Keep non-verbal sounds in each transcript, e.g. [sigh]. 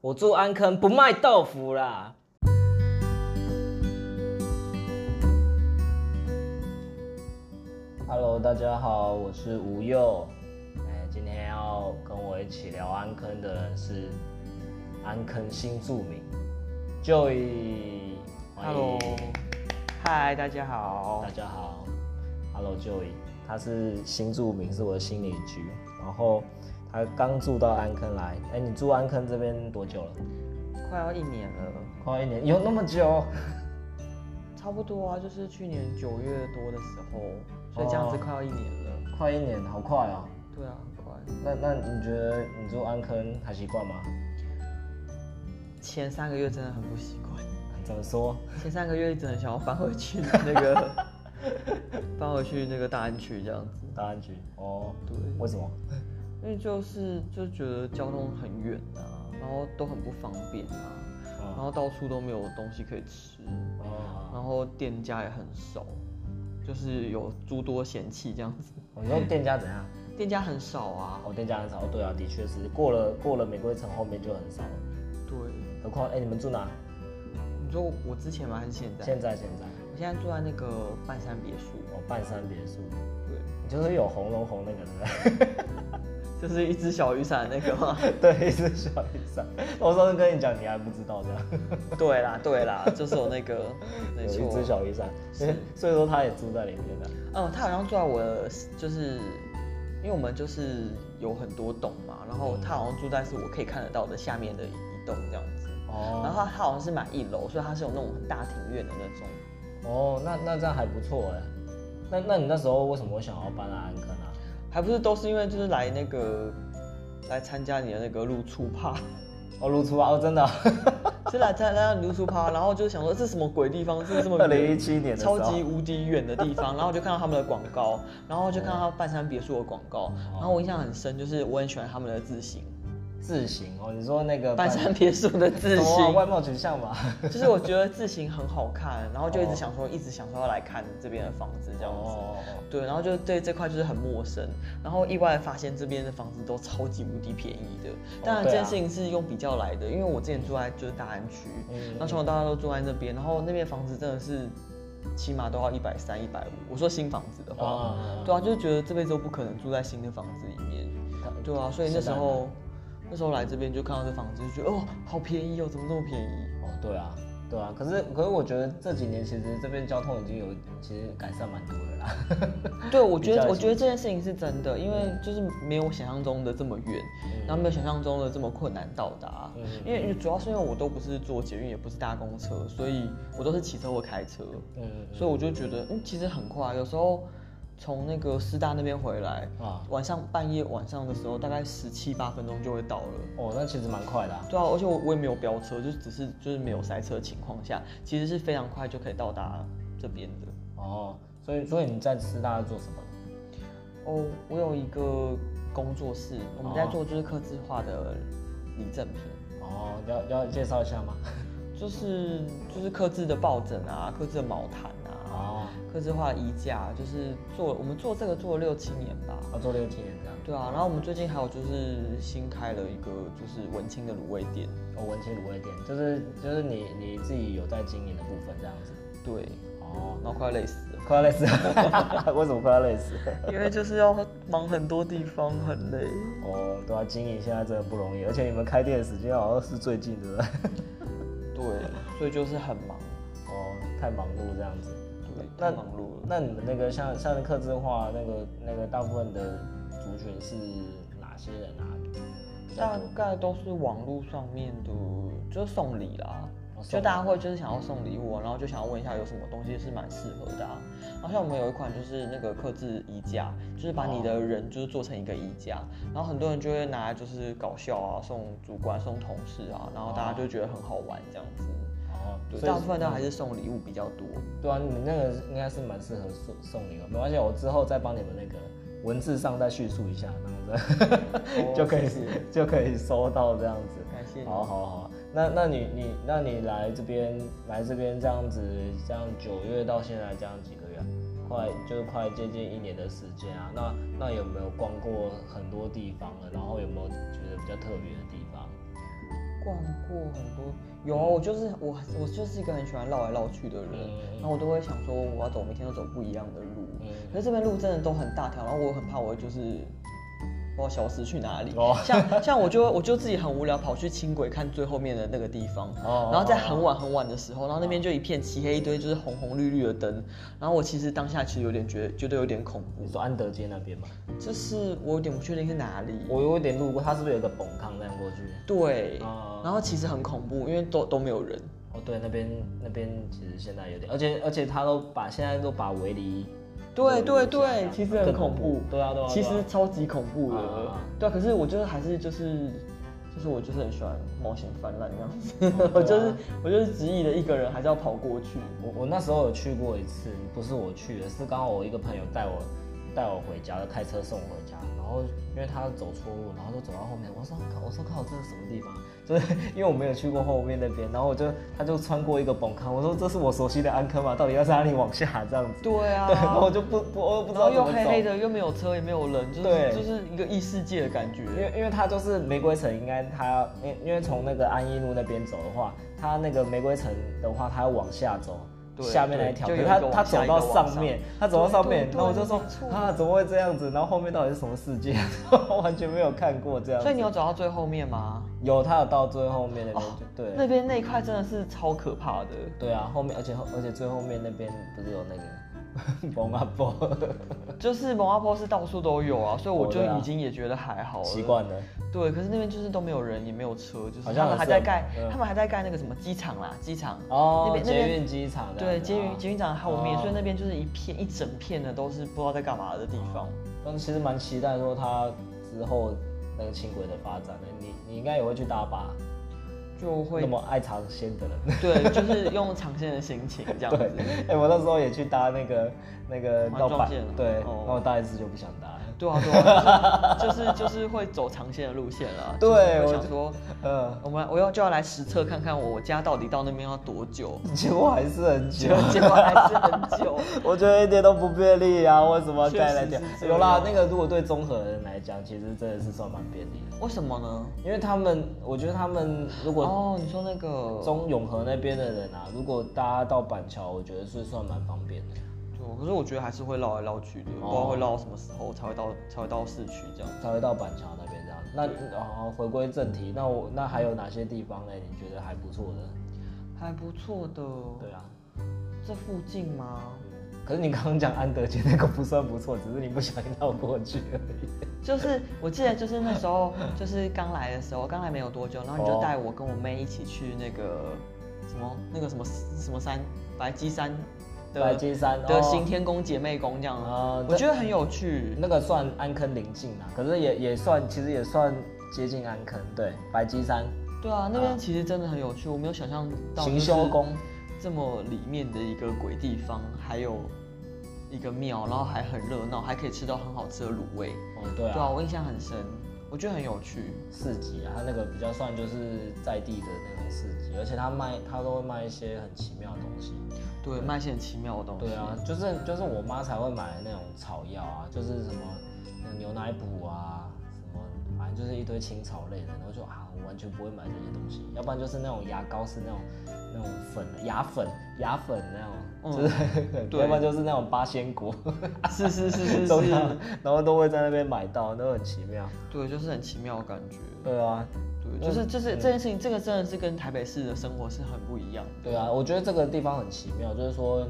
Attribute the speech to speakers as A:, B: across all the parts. A: 我住安坑不卖豆腐啦。Hello，大家好，我是吴佑。哎，今天要跟我一起聊安坑的人是安坑新住民 Joy。欢迎
B: Hello，嗨，大家好
A: 大。家好，Hello Joy，他是新住民，是我的心理局，然后他刚住到安坑来。哎，你住安坑这边多久了？
B: 快要一年了，
A: 快一年，有那么久？ [laughs]
B: 差不多啊，就是去年九月多的时候，所以这样子快要一年了。
A: 快一年，好快哦。
B: 对啊，很快。
A: 那那你觉得你住安坑还习惯吗？
B: 前三个月真的很不习惯，
A: 怎么说？
B: 前三个月一直很想要搬回去那个，
A: [laughs]
B: 搬回去那个大安区这样子。
A: 大安局哦，
B: 对，
A: 为什
B: [laughs]
A: 么？
B: 因为就是就觉得交通很远啊，然后都很不方便啊，然后到处都没有东西可以吃。
A: 哦，
B: 然后店家也很少，就是有诸多嫌弃这样子。
A: 你说店家怎样？
B: 店家很少啊，
A: 哦，店家很少。哦对啊，的确是过了过了玫瑰城后面就很少了。
B: 对。
A: 何况哎，你们住哪？
B: 你说我之前吗？还是现在？
A: 现在现在
B: 我现在住在那个半山别墅。
A: 哦，半山别墅，
B: 对，
A: 你就是有红龙红那个对不对？
B: 就是一只小雨伞那个吗？
A: [laughs]
B: [laughs]
A: 对，一只小雨伞。我上次跟你讲，你还不知道这样。
B: 对啦，对啦，就是有那
A: [laughs]
B: 个，没
A: 有一
B: 错
A: 只。小雨伞， [laughs] 所以说他也住在里面的。啊
B: 嗯，他好像住在我的，就是因为我们就是有很多栋嘛，然后他好像住在是我可以看得到的下面的一栋这样子。然
A: 哦
B: 后他好像是买一楼，所以他是有那种很大庭院的那种。
A: 哦，那那这样还不错哎。那那你那时候为什么会想要搬来安坑啊？
B: 还不是都是因为就是来那个来参加你的那个露出趴， [laughs]
A: 哦，露出啊，哦，真的、啊。 [laughs]
B: 是来参加露出趴，然后就想说这是什么鬼地方，是这么
A: 二
B: 远
A: 零一七年的时候
B: 超级无敌远的地方，然后就看到他们的广告，然后就看到半山别墅的广
A: 哦
B: 告，然后我印象很深，就是我很喜欢他们的字型，
A: 字形哦，你说那个
B: 半山别墅的
A: 什
B: 字
A: 么啊
B: 型，
A: 外貌取向嘛。
B: 就是我觉得字型很好看，然后就一直想说，一直想说要来看这边的房子这样子。
A: [laughs] 哦，
B: 对，然后就对这块就是很陌生，然后意外地发现这边的房子都超级无敌便宜的。当然
A: 对
B: 这
A: 啊
B: 件事情是用比较来的，因为我之前住在就是大安区，
A: 嗯
B: 那从小到大都住在那边，然后那边房子真的是起码都要一百三、一百五。我说新房子的话，
A: 啊
B: 对啊，就是觉得这辈子都不可能住在新的房子里面，对啊，所以那时候那时候来这边就看到这房子，就觉得哦，好便宜哦，怎么那么便宜？
A: 哦，对啊，对啊。可是可是我觉得这几年其实这边交通已经有其实改善蛮多的啦。 [laughs]
B: 对，我觉
A: 比较
B: 得
A: 有
B: 我觉得这件事情是真的，因为就是没有想象中的这么远，然后没有想象中的这么困难到达。啊
A: 嗯
B: 因为主要是因为我都不是坐捷运，也不是搭公车，所以我都是骑车或开车，
A: 嗯
B: 所以我就觉得嗯，其实很快。有时候从那个师大那边回来，
A: 啊，
B: 晚上半夜晚上的时候，大概十七八分钟就会到了。
A: 哦，那其实蛮快的、啊。
B: 对啊，而且我我也没有飙车，就只是就是没有塞车的情况下，其实是非常快就可以到达这边的。
A: 哦，所以所以你在师大做什么？
B: 哦，我有一个工作室，我们在
A: 哦
B: 做就是刻字化的礼赠品，
A: 哦，要要介绍一下吗？
B: 就是就是刻字的抱枕啊，刻字的毛毯啊，
A: [laughs] 哦，
B: 刻字化的衣架，就是做我们做这个做了六七年吧。
A: 要做六七年这样。
B: 对啊，然后我们最近还有就是新开了一个就是文青的卤味店，
A: 哦，文青卤味店，就是就是你你自己有在经营的部分这样子。
B: 对，
A: 哦，
B: 然后快要累死了，
A: 快要累死 [laughs] 了，为什么快要累死了？
B: 因为就是要忙很多地方，很累。
A: 哦，对啊，经营现在真的不容易，而且你们开店的时间好像是最近的。 [laughs]
B: 对，所以就是很忙，
A: 哦，太忙碌这样子。
B: 对，
A: 那
B: 太忙碌了。
A: 那你们那个像像客制化那个那个大部分的族群是哪些人啊？比较
B: 大
A: 多
B: 概都是网络上面的，就是送礼啦。
A: 哦送
B: 就
A: 礼
B: 大家会就是想要送礼物啊，然后就想要问一下有什么东西是蛮适合的啊。好像我们有一款就是那个刻字衣架，就是把你的
A: 哦
B: 人就是做成一个衣架，然后很多人就会拿来就是搞笑啊，送主管、送同事啊，然后大家就觉得很好玩这样子。
A: 哦，
B: 对，
A: 所以
B: 大部分都还是送礼物比较多。
A: 对啊，你们那个应该是蛮适合送送礼的，没关系，我之后再帮你们那个文字上再叙述一下，这样子、
B: 哦
A: [laughs] 就可以
B: 谢谢
A: 就可以收到这样子。
B: 感谢你。
A: 好好好，那那你你那你来这边来这边这样子，这样九月到现在这样几个月啊，快就是快接近一年的时间啊。那那有没有逛过很多地方了？然后有没有觉得比较特别的地方？
B: 逛过很多，有啊，我就是我我就是一个很喜欢绕来绕去的人，
A: 嗯
B: 然后我都会想说我要走，每天都走不一样的路。
A: 嗯
B: 可是这边路真的都很大条，然后我很怕我就是我消失去哪里。
A: 哦
B: 像像我就我就自己很无聊，跑去轻轨看最后面的那个地方，
A: 哦
B: 然后在很晚很晚的时候，然后那边就一片漆黑，一堆就是红红绿绿的
A: 嗯
B: 灯，然后我其实当下其实有点觉得觉得有点恐怖
A: 你，说安德街那边吗？
B: 就是我有点不确定是哪里。
A: 我有点路过，它是不是有一个崩坑这样过去？
B: 对，
A: 哦
B: 然后其实很恐怖，因为都都没有人。
A: 哦，对，那边那边其实现在有点，而且而且他都把现在都把围篱，
B: 对对
A: 围起来
B: 对，
A: 了
B: 其实很
A: 更
B: 恐怖。
A: 对啊对啊，
B: 其实
A: 对啊
B: 超级恐怖的
A: 啊。
B: 对啊，可是我就是还是就是就是我就是很喜欢冒险泛滥这 [laughs] 样子，我就是我就是执意的一个人还是要跑过去。
A: 我我那时候有去过一次，不是我去的，是刚好我一个朋友带我带我回家，开车送我回家，然后因为他走错路，然后就走到后面，我说靠，我说靠，这是什么地方？ [laughs] 就是因为我没有去过后面那边，然后我就他就穿过一个崩坑，我说这是我熟悉的安坑嘛，到底要在哪里往下这样子？
B: 对啊 [laughs]
A: 对，然后我就不不我又不知道怎
B: 又
A: 么走。
B: 黑黑的，又没有车，也没有人，就
A: 对
B: 是就是一个异世界的感觉。
A: 因为因为它就是玫瑰城，应该它因因为从那个安义路那边走的话，它那个玫瑰城的话，它要往下走，
B: 对
A: 下面那一条，可
B: 对
A: 是
B: 就有
A: 它
B: 一个往
A: 它
B: 下
A: 走
B: 一个
A: 到
B: 往
A: 上
B: 上
A: 面，它走到上面，
B: 对对
A: 然后我就说
B: 没错
A: 啊，怎么会这样子？然后后面到底是什么世界？ [laughs] 我完全没有看过这样子。
B: 所以你有走到最后面吗？
A: 有它有到最后面那边，
B: 哦
A: 就对
B: 那边那一块真的是超可怕的。
A: 对啊，后面而且后而且最后面那边不是有那个 [laughs] 崩啊
B: [laughs]
A: 崩，
B: 就是蒙阿波是到处都有啊，所以我就
A: 哦对啊
B: 已经也觉得还好
A: [laughs]
B: 了。
A: 习惯了。
B: 对，可是那边就是都没有人，也没有车，就
A: 好
B: 是他
A: 像
B: 们还
A: 很
B: 在
A: 适合
B: 盖，
A: 嗯
B: 他们还在盖那个什么机场啦，机场。那
A: 哦，
B: 边那
A: 捷
B: 边
A: 运机场这样
B: 对，
A: 子
B: 捷
A: 哦
B: 运捷运站后面，
A: 哦
B: 所以那边就是一片一整片的都是不知道在干嘛的地方。
A: 但其实蛮期待说它之后那个轻轨的发展的。你你应该也会去搭吧？
B: 就
A: 那
B: 会
A: 么爱尝鲜的人。
B: 对，就是用尝鲜的心情这样
A: 对 [laughs]
B: 子。，
A: 哎、我那时候也去搭那个那个
B: 环
A: 到
B: 状
A: 板
B: 线啊，
A: 对，然
B: 哦
A: 后我搭一次就不想搭 [laughs] 了。
B: 对啊，对啊，就是就是会走长线的路线啦。
A: 对
B: 就是
A: 我
B: 会想
A: 就
B: 说，
A: 嗯，
B: 我们我要就要来实测看看我家到底到那边要多
A: [laughs]
B: 久，
A: 结果还是很
B: 结
A: 久
B: 果。 [laughs] 结果还是很久。
A: [laughs] 我觉得一点都不便利啊！为什么要
B: 确
A: 盖来
B: 实
A: 讲
B: 是？这
A: 有啦
B: 样，
A: 那个如果对综合人来讲，其实真的是算蛮便利的，
B: 为什么呢？
A: 因为他们，我觉得他们如果
B: 哦，你说那个
A: 中永和那边的人啊，如果搭到板桥，我觉得是算蛮方便的。
B: 对，可是我觉得还是会绕来绕去的，不知道
A: 哦
B: 会绕到什么时候才会到才会到市区这样。
A: 才会到板桥那边这样。那哦，回归正题，那我那还有哪些地方呢？你觉得还不错的？
B: 还不错的，
A: 对啊，
B: 这附近吗？
A: 可是你刚刚讲安德街那个不算不错，只是你不想绕过去而已。
B: 就是我记得就是那时候就是刚来的时候，刚来没有多久，然后你
A: 哦
B: 就带我跟我妹一起去那个什么那个什么什么山白鸡山的
A: 白鸡山
B: 的
A: 哦
B: 行啊天宫姐妹宫这样
A: 哦
B: 我觉得很有趣。
A: 那个算安坑临近啊，可是也也算，其实也算接近安坑。对，白鸡山、哦
B: 对啊，那边其实真的很有趣，我没有想象到
A: 行
B: 就是
A: 修宫，
B: 这么里面的一个鬼地方，还有一个庙，然后还很热闹，还可以吃到很好吃的卤味。
A: 哦对
B: 对啊，
A: 啊，
B: 我印象很深，我觉得很有趣。
A: 市集啊，它那个比较算就是在地的那种市集，而且它卖它都会卖一些很奇妙的东西。
B: 对，卖一些很奇妙的东西。
A: 对啊，就是就是我妈才会买那种草药啊，就是什么呃牛奶补啊，什么反正就是一堆青草类的，然后就啊，我完全不会买这些东西，要不然就是那种牙膏是那种那种粉的牙粉牙粉那种，就是
B: 嗯
A: [laughs]
B: 对
A: 要不然就是那种八仙果，
B: 是是是是
A: [laughs] 都
B: 是，
A: 要然后都会在那边买到，都很奇妙。
B: 对，就是很奇妙的感觉。
A: 对啊，
B: 对，就是就是这件事情，这个真的是跟台北市的生活是很不一样的。
A: 对啊，我觉得这个地方很奇妙，就是说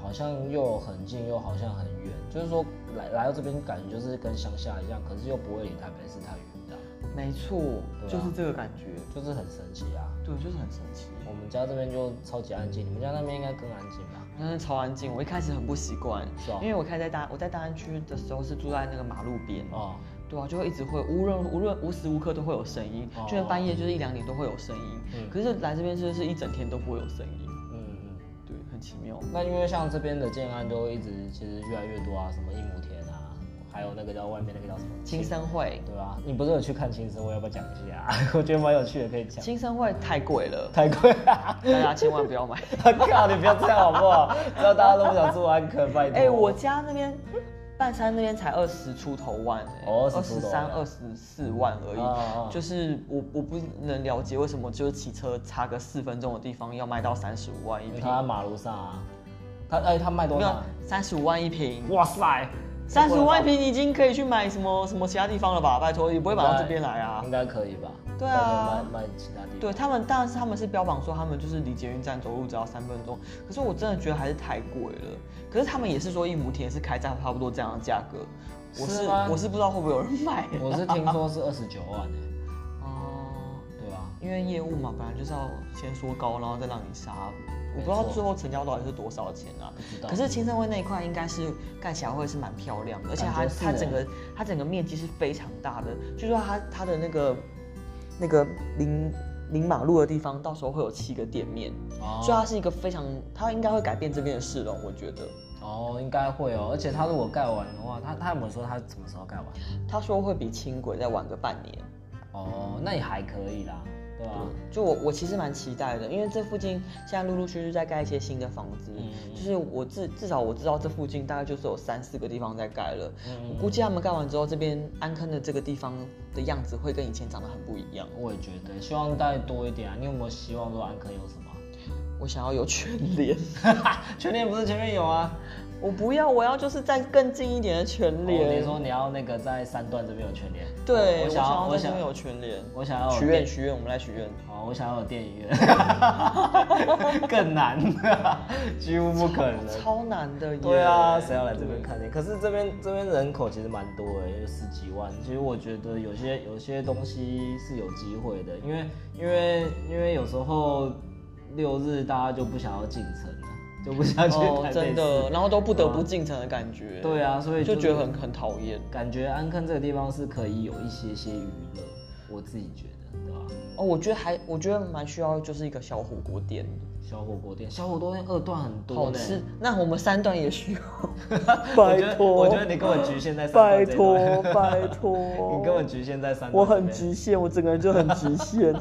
A: 好像又很近，又好像很远，就是说来来到这边感觉就是跟乡下一样，可是又不会离台北市太远，这样
B: 没错，
A: 对啊
B: 就是这个感觉。
A: 就是很神奇啊。
B: 对，就是很神奇。
A: 我们家这边就超级安静，你们家那边应该更安静吧？
B: 真的超安静，我一开始很不习惯
A: 是哦，
B: 因为我开在大我在大安区的时候是住在那个马路边，
A: 哦，
B: 对啊，就会一直会无论无论无时无刻都会有声音，
A: 哦
B: 就算半夜就是一两点都会有声音。
A: 嗯
B: 可是来这边就是一整天都不会有声音，
A: 嗯嗯。
B: 对，很奇妙。
A: 那因为像这边的建安就一直其实越来越多啊，什么一亩田啊，还有那个叫外面那个叫什么
B: 青生会，
A: 对吧、你不是有去看青生，我要不要讲一下、啊？ [laughs] 我觉得蛮有趣的，可以讲。
B: 青生会太贵了，
A: 太贵了、
B: 大家千万不要买。
A: [laughs] 靠，你不要这样好不好？知道大家都不想住安可，拜托。
B: 哎哎、我家那边半山那边才二十出头万、欸，
A: 哦
B: 二
A: 20
B: 十
A: 出头
B: 三、
A: 万
B: 二十四万而已。
A: 哦哦
B: 就是我我不能了解为什么就是骑车差个四分钟的地方要卖到三十五万一
A: 因为
B: 瓶，
A: 哎他在马路上啊，他哎、他卖多
B: 没有
A: 少？
B: 三十五万一瓶，
A: 哇塞，
B: 三十五万一瓶已经可以去买什么什么其他地方了吧？拜托，也不会
A: 会
B: 买到这边来啊
A: 应。该可以吧？
B: 对啊
A: 但是卖卖其他地方。
B: 对他们，当然是他们是标榜说他们就是离捷运站走路只要三分钟，可是我真的觉得还是太贵了。可是他们也是说一亩田是开在差不多这样的价格，我
A: 是
B: 是
A: 吗
B: 我是不知道会不会有人
A: [laughs]
B: 买。
A: 我是听说是二十九万诶、
B: 哦，
A: [laughs] 对吧、
B: 因为业务嘛，本来就是要先说高，然后再让你杀。我不知道
A: 没错
B: 最后成交到底是多少钱啊
A: 不知？道
B: 可是青盛会那一块应该是盖起来会是蛮漂亮的，而且它
A: 感觉是
B: 它
A: 欸
B: 整个它整个面积是非常大的，据说它它的那个那个临临马路的地方，到时候会有七个店面，
A: 哦
B: 所以它是一个非常，它应该会改变这边的市容，我觉得。
A: 哦，应该会哦。而且他如果盖完的话，他他有没有说他什么时候盖完？
B: 他说会比轻轨再晚个半年。
A: 哦，那也还可以啦，对吧、
B: 就我我其实蛮期待的，因为这附近现在陆陆续续在盖一些新的房子，
A: 嗯
B: 就是我至至少我知道这附近大概就是有三四个地方在盖了。
A: 嗯
B: 我估计他们盖完之后，这边安坑的这个地方的样子会跟以前长得很不一样。
A: 嗯我也觉得，希望再多一点啊。你有没有希望说安坑有什么？
B: 我想要有全 [laughs] 联，
A: 全年不是前面有啊？
B: 我不要，我要就是再更近一点的全
A: 哦
B: 联。
A: 你说你要那个在三段这边有全联？
B: 哦对，我
A: 我
B: 想
A: 想
B: 要
A: 要，
B: 在
A: 我
B: 这
A: 想
B: 边有全联。
A: 我想要有
B: 许愿，许愿，我们来许愿。
A: 哦，我想要有电影院， [laughs] 更难，几乎不可能。
B: 超难的耶。
A: [laughs] 对啊，谁要来这边看电影？可是这边这边人口其实蛮多的，有十几万。其实我觉得有些有些东西是有机会的，因为因为因为有时候六日大家就不想要进城了，就不想去
B: 哦
A: 台，北
B: [laughs] 真
A: 市
B: 的，然后都不得不进城的感觉。
A: 对啊，所以
B: 就觉
A: 是
B: 得很很讨厌。
A: 感觉安坑这个地方是可以有一些些娱乐，我自己觉得，对吧？
B: 哦，我觉得还我觉得蛮需要就是一个小火锅店，
A: 小火锅店，小火锅店二段很多
B: 好
A: 呢。。
B: 吃。那我们三段也需要
A: [laughs]
B: [laughs]
A: 我觉得我觉得你根本局限在三段
B: 拜
A: 这一
B: [laughs] 托
A: 段
B: 拜托，
A: [laughs] 你根本局限在三段这边。
B: 我很局限，我整个人就很局限。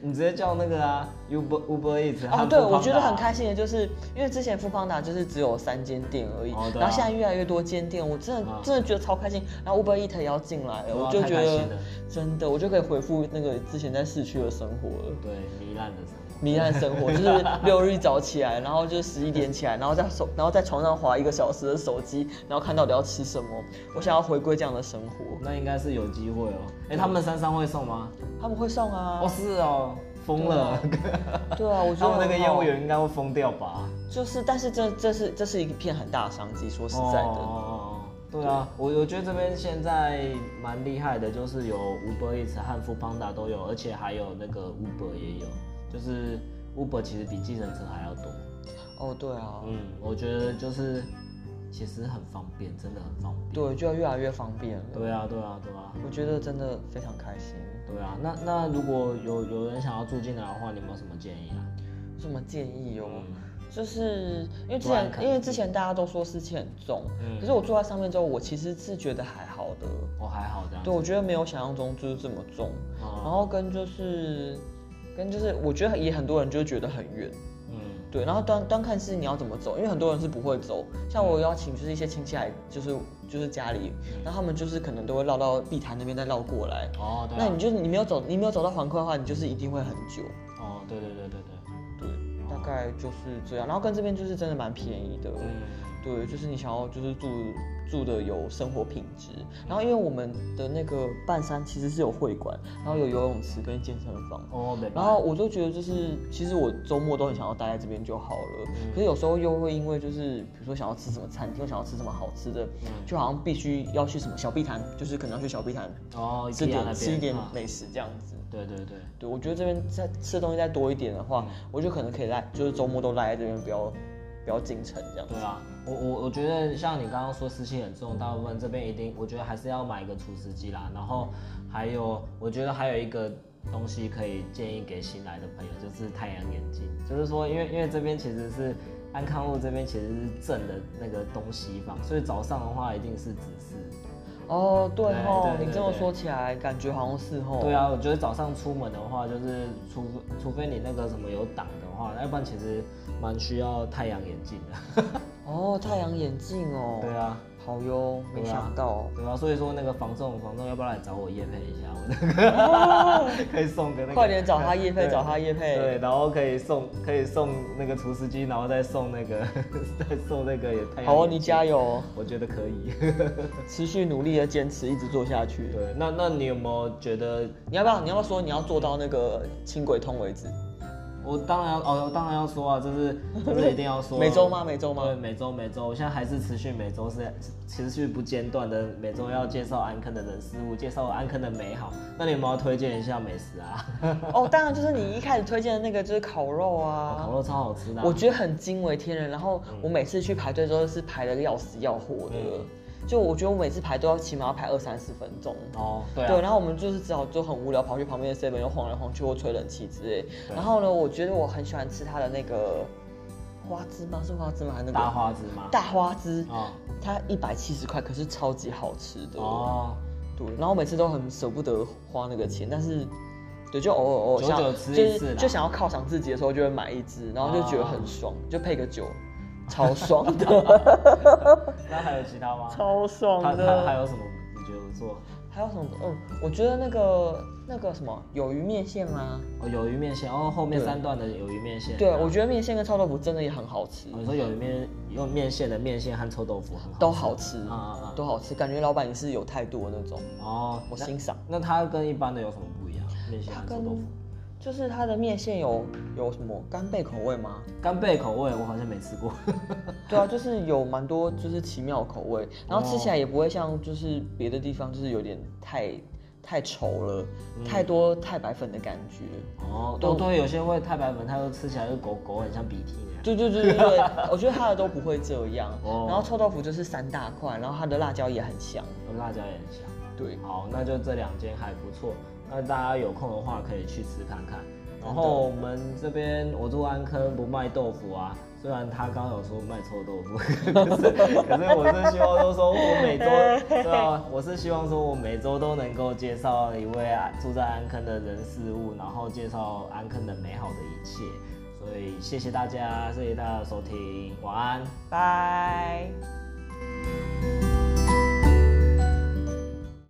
A: 你直接叫那个啊，Uber Uber Eats
B: [laughs] 哦，对，我觉得很开心的就是，因为之前富邦达就是只有三间店而已，
A: 哦对啊
B: 然后现在越来越多间店，我真的、
A: 啊
B: 真的觉得超开心。然后 Uber Eat 也要进来了，
A: 哇
B: 我就
A: 太
B: 觉
A: 开心
B: 得
A: 了
B: 真的，我就可以回复那个之前在市区的生活 [laughs] 了。
A: 对，糜烂的生活。
B: 糜烂生活，就是六日早起来，然后就是十一点起来，然后在手，然后在床上划一个小时的手机，然后看到底要吃什么。我想要回归这样的生活。
A: 那应该是有机会哦。哎，他们三三会送吗？
B: 他们会送啊
A: 哦，，是哦，疯了。 [laughs]
B: 对啊，我觉
A: 他们
B: 得
A: 那个
B: 很
A: 业
B: 好
A: 务员应该会疯掉吧？
B: 就是，但是这这是这是一片很大的商机，说实在的，
A: 哦对啊，我我觉得这边现在蛮厉害的，就是有 Uber Eats 和 f o o Panda 都有，而且还有那个 Uber 也有，就是 Uber 其实比计程车还要多。
B: 哦，对啊，
A: 嗯，我觉得就是其实很方便，真的很方便。
B: 对，就越来越方便了。
A: 对啊，对啊，对啊。
B: 我觉得真的非常开心。
A: 对啊，那那如果有有人想要住进来的话，你有没有什么建议啊？
B: 这么建议哦，
A: 嗯
B: 就是因为之
A: 不然
B: 前
A: 可能
B: 因为之前大家都说湿气很重，
A: 嗯
B: 可是我坐在上面之后，我其实是觉得还好的。
A: 我哦还好这样。
B: 对，我觉得没有想象中就是这么重，
A: 哦
B: 然后跟就是跟就是，我觉得也很多人就觉得很远，
A: 嗯，
B: 对，然后端端看是你要怎么走，因为很多人是不会走，像
A: 嗯
B: 我邀请就是一些亲戚来，就是就是家里，然后他们就是可能都会绕到碧潭那边再绕过来，
A: 哦，对、
B: 那
A: 啊，
B: 你就是你没有走，你没有走到环科的话，你就是一定会很久，
A: 哦，对对对对对，哦
B: 对，大概就是这样，然后跟这边就是真的蛮便宜的，
A: 嗯，
B: 对，就是你想要就是住住的有生活品质，然后因为我们的那个半山其实是有会馆，然后有游泳池跟健身房，
A: 哦，对，
B: 然后我就觉得就是其实我周末都很想要待在这边就好了，
A: 嗯
B: 可是有时候又会因为就是比如说想要吃什么餐厅，又想要吃什么好吃的，
A: 嗯
B: 就好像必须要去什么小碧潭，就是可能要去小碧潭
A: 哦，
B: 吃
A: 一定要那边
B: 点吃一点
A: 啊
B: 美食这样子。
A: 对对对，
B: 对，我觉得这边再吃的东西再多一点的话，
A: 嗯
B: 我就可能可以赖，就是周末都赖在这边，不要不要进城这样。
A: 对啊，我我我觉得像你刚刚说湿气很重，大部分这边一定，我觉得还是要买一个除湿机啦。然后还有，我觉得还有一个东西可以建议给新来的朋友，就是太阳眼镜。就是说，因为因为这边其实是安康路这边其实是正的那个东西方，所以早上的话一定是指示。
B: 哦，对
A: 对
B: 哦，
A: 对
B: 你
A: 对
B: 这么
A: 对
B: 说起来，感觉好像是哦。
A: 对啊，我觉得早上出门的话，就是除除非你那个什么有挡的话，要不然其实蛮需要太阳眼镜的。 [laughs]
B: 哦，太阳眼镜哦。
A: 对啊，
B: 好哟，没
A: 对啊
B: 想到。哦
A: 对啊，所以说那个房仲，房仲要不要来找我业配一下？我那个 [laughs] 可以送个那个，
B: 哦快点找他业配
A: 对
B: 找他业配
A: 对，然后可以送可以送那个厨师机，然后再送那个 [laughs] 再送那个也太阳
B: 好哦，
A: 眼
B: 你
A: 镜
B: 加油，
A: 我觉得可以。 [laughs]
B: 持续努力的坚持，一直做下去。
A: 对，那那你有没有觉得？
B: 你要不要？你要不要说你要做到那个轻轨通为止？
A: 我当然要哦，当然要说啊，这是这是一定要说。啊
B: [laughs] 每周吗每周吗
A: 对，每周每周，我现在还是持续每周是持续不间断的，每周要介绍安坑的人事物，介绍安坑的美好。那你有没有推荐一下美食啊？
B: [laughs] 哦，当然就是你一开始推荐的那个就是烤肉啊
A: 烤，肉超好吃的啊、
B: 我觉得很惊为天人。然后我每次去排队都是排的要死要活的，就我觉得我每次排都要起码要排二三十分钟。
A: 哦，对啊，
B: 对，然后我们就是只好就很无聊，跑去旁边的 seven 又晃来晃去或吹冷气之类。然后呢，我觉得我很喜欢吃它的那个花枝吗？是花枝吗？还是那个
A: 大花枝吗？
B: 大花枝？
A: 哦
B: 它一百七十块，可是超级好吃的。
A: 哦，
B: 对，然后我每次都很舍不得花那个钱，但是对，就偶尔偶尔
A: 久
B: 想
A: 久
B: 要
A: 吃一
B: 就是
A: 次啦
B: 就想要犒赏自己的时候，就会买一支，然后就觉得很
A: 啊
B: 爽，就配个酒，超爽
A: [laughs]
B: 的，
A: 那还有其他吗？
B: 超爽
A: 它它还
B: 的。
A: 有什么你觉得不错？
B: 还有什么？嗯，我觉得那个那个什么有鱼面线吗？
A: 哦，鱿鱼面线，哦，后面
B: 对
A: 三段的鱿鱼面线。
B: 对，啊我觉得面线跟臭豆腐真的也很好吃，
A: 哦你说鱿鱼面用面线的面线和臭豆腐很好吃。
B: 都好吃，
A: 啊啊啊！
B: 都好吃，感觉老板也是有态度的那种，
A: 哦，
B: 我
A: 那
B: 欣赏。
A: 那它跟一般的有什么不一样？面线
B: 它
A: 和臭
B: 跟
A: 豆腐。
B: 就是它的面线有有什么干贝口味吗？
A: 干贝口味我好像没吃
B: [laughs]
A: 过。
B: 对啊，就是有蛮多就是奇妙口味，然后吃起来也不会像就是别的地方就是有点太太稠了，太多太白粉的感觉。
A: 哦，
B: 对
A: 对对，有些会太白粉，它就吃起来就狗狗很像鼻涕那样。
B: 对对对对对，我觉得它的都不会这样。
A: 哦
B: 然后臭豆腐就是三大块，然后它的辣椒也很香。
A: 跟辣椒也很像。
B: 对，
A: 好，那就这两间还不错，那大家有空的话可以去吃看看。然后我们这边我住安坑不卖豆腐啊，虽然他刚刚有说卖臭豆腐，可是可是我是希望就是说我每周对啊，我是希望说我每周都能够介绍一位啊住在安坑的人事物，然后介绍安坑的美好的一切。所以谢谢大家，谢谢大家的收听，晚安。
B: 拜。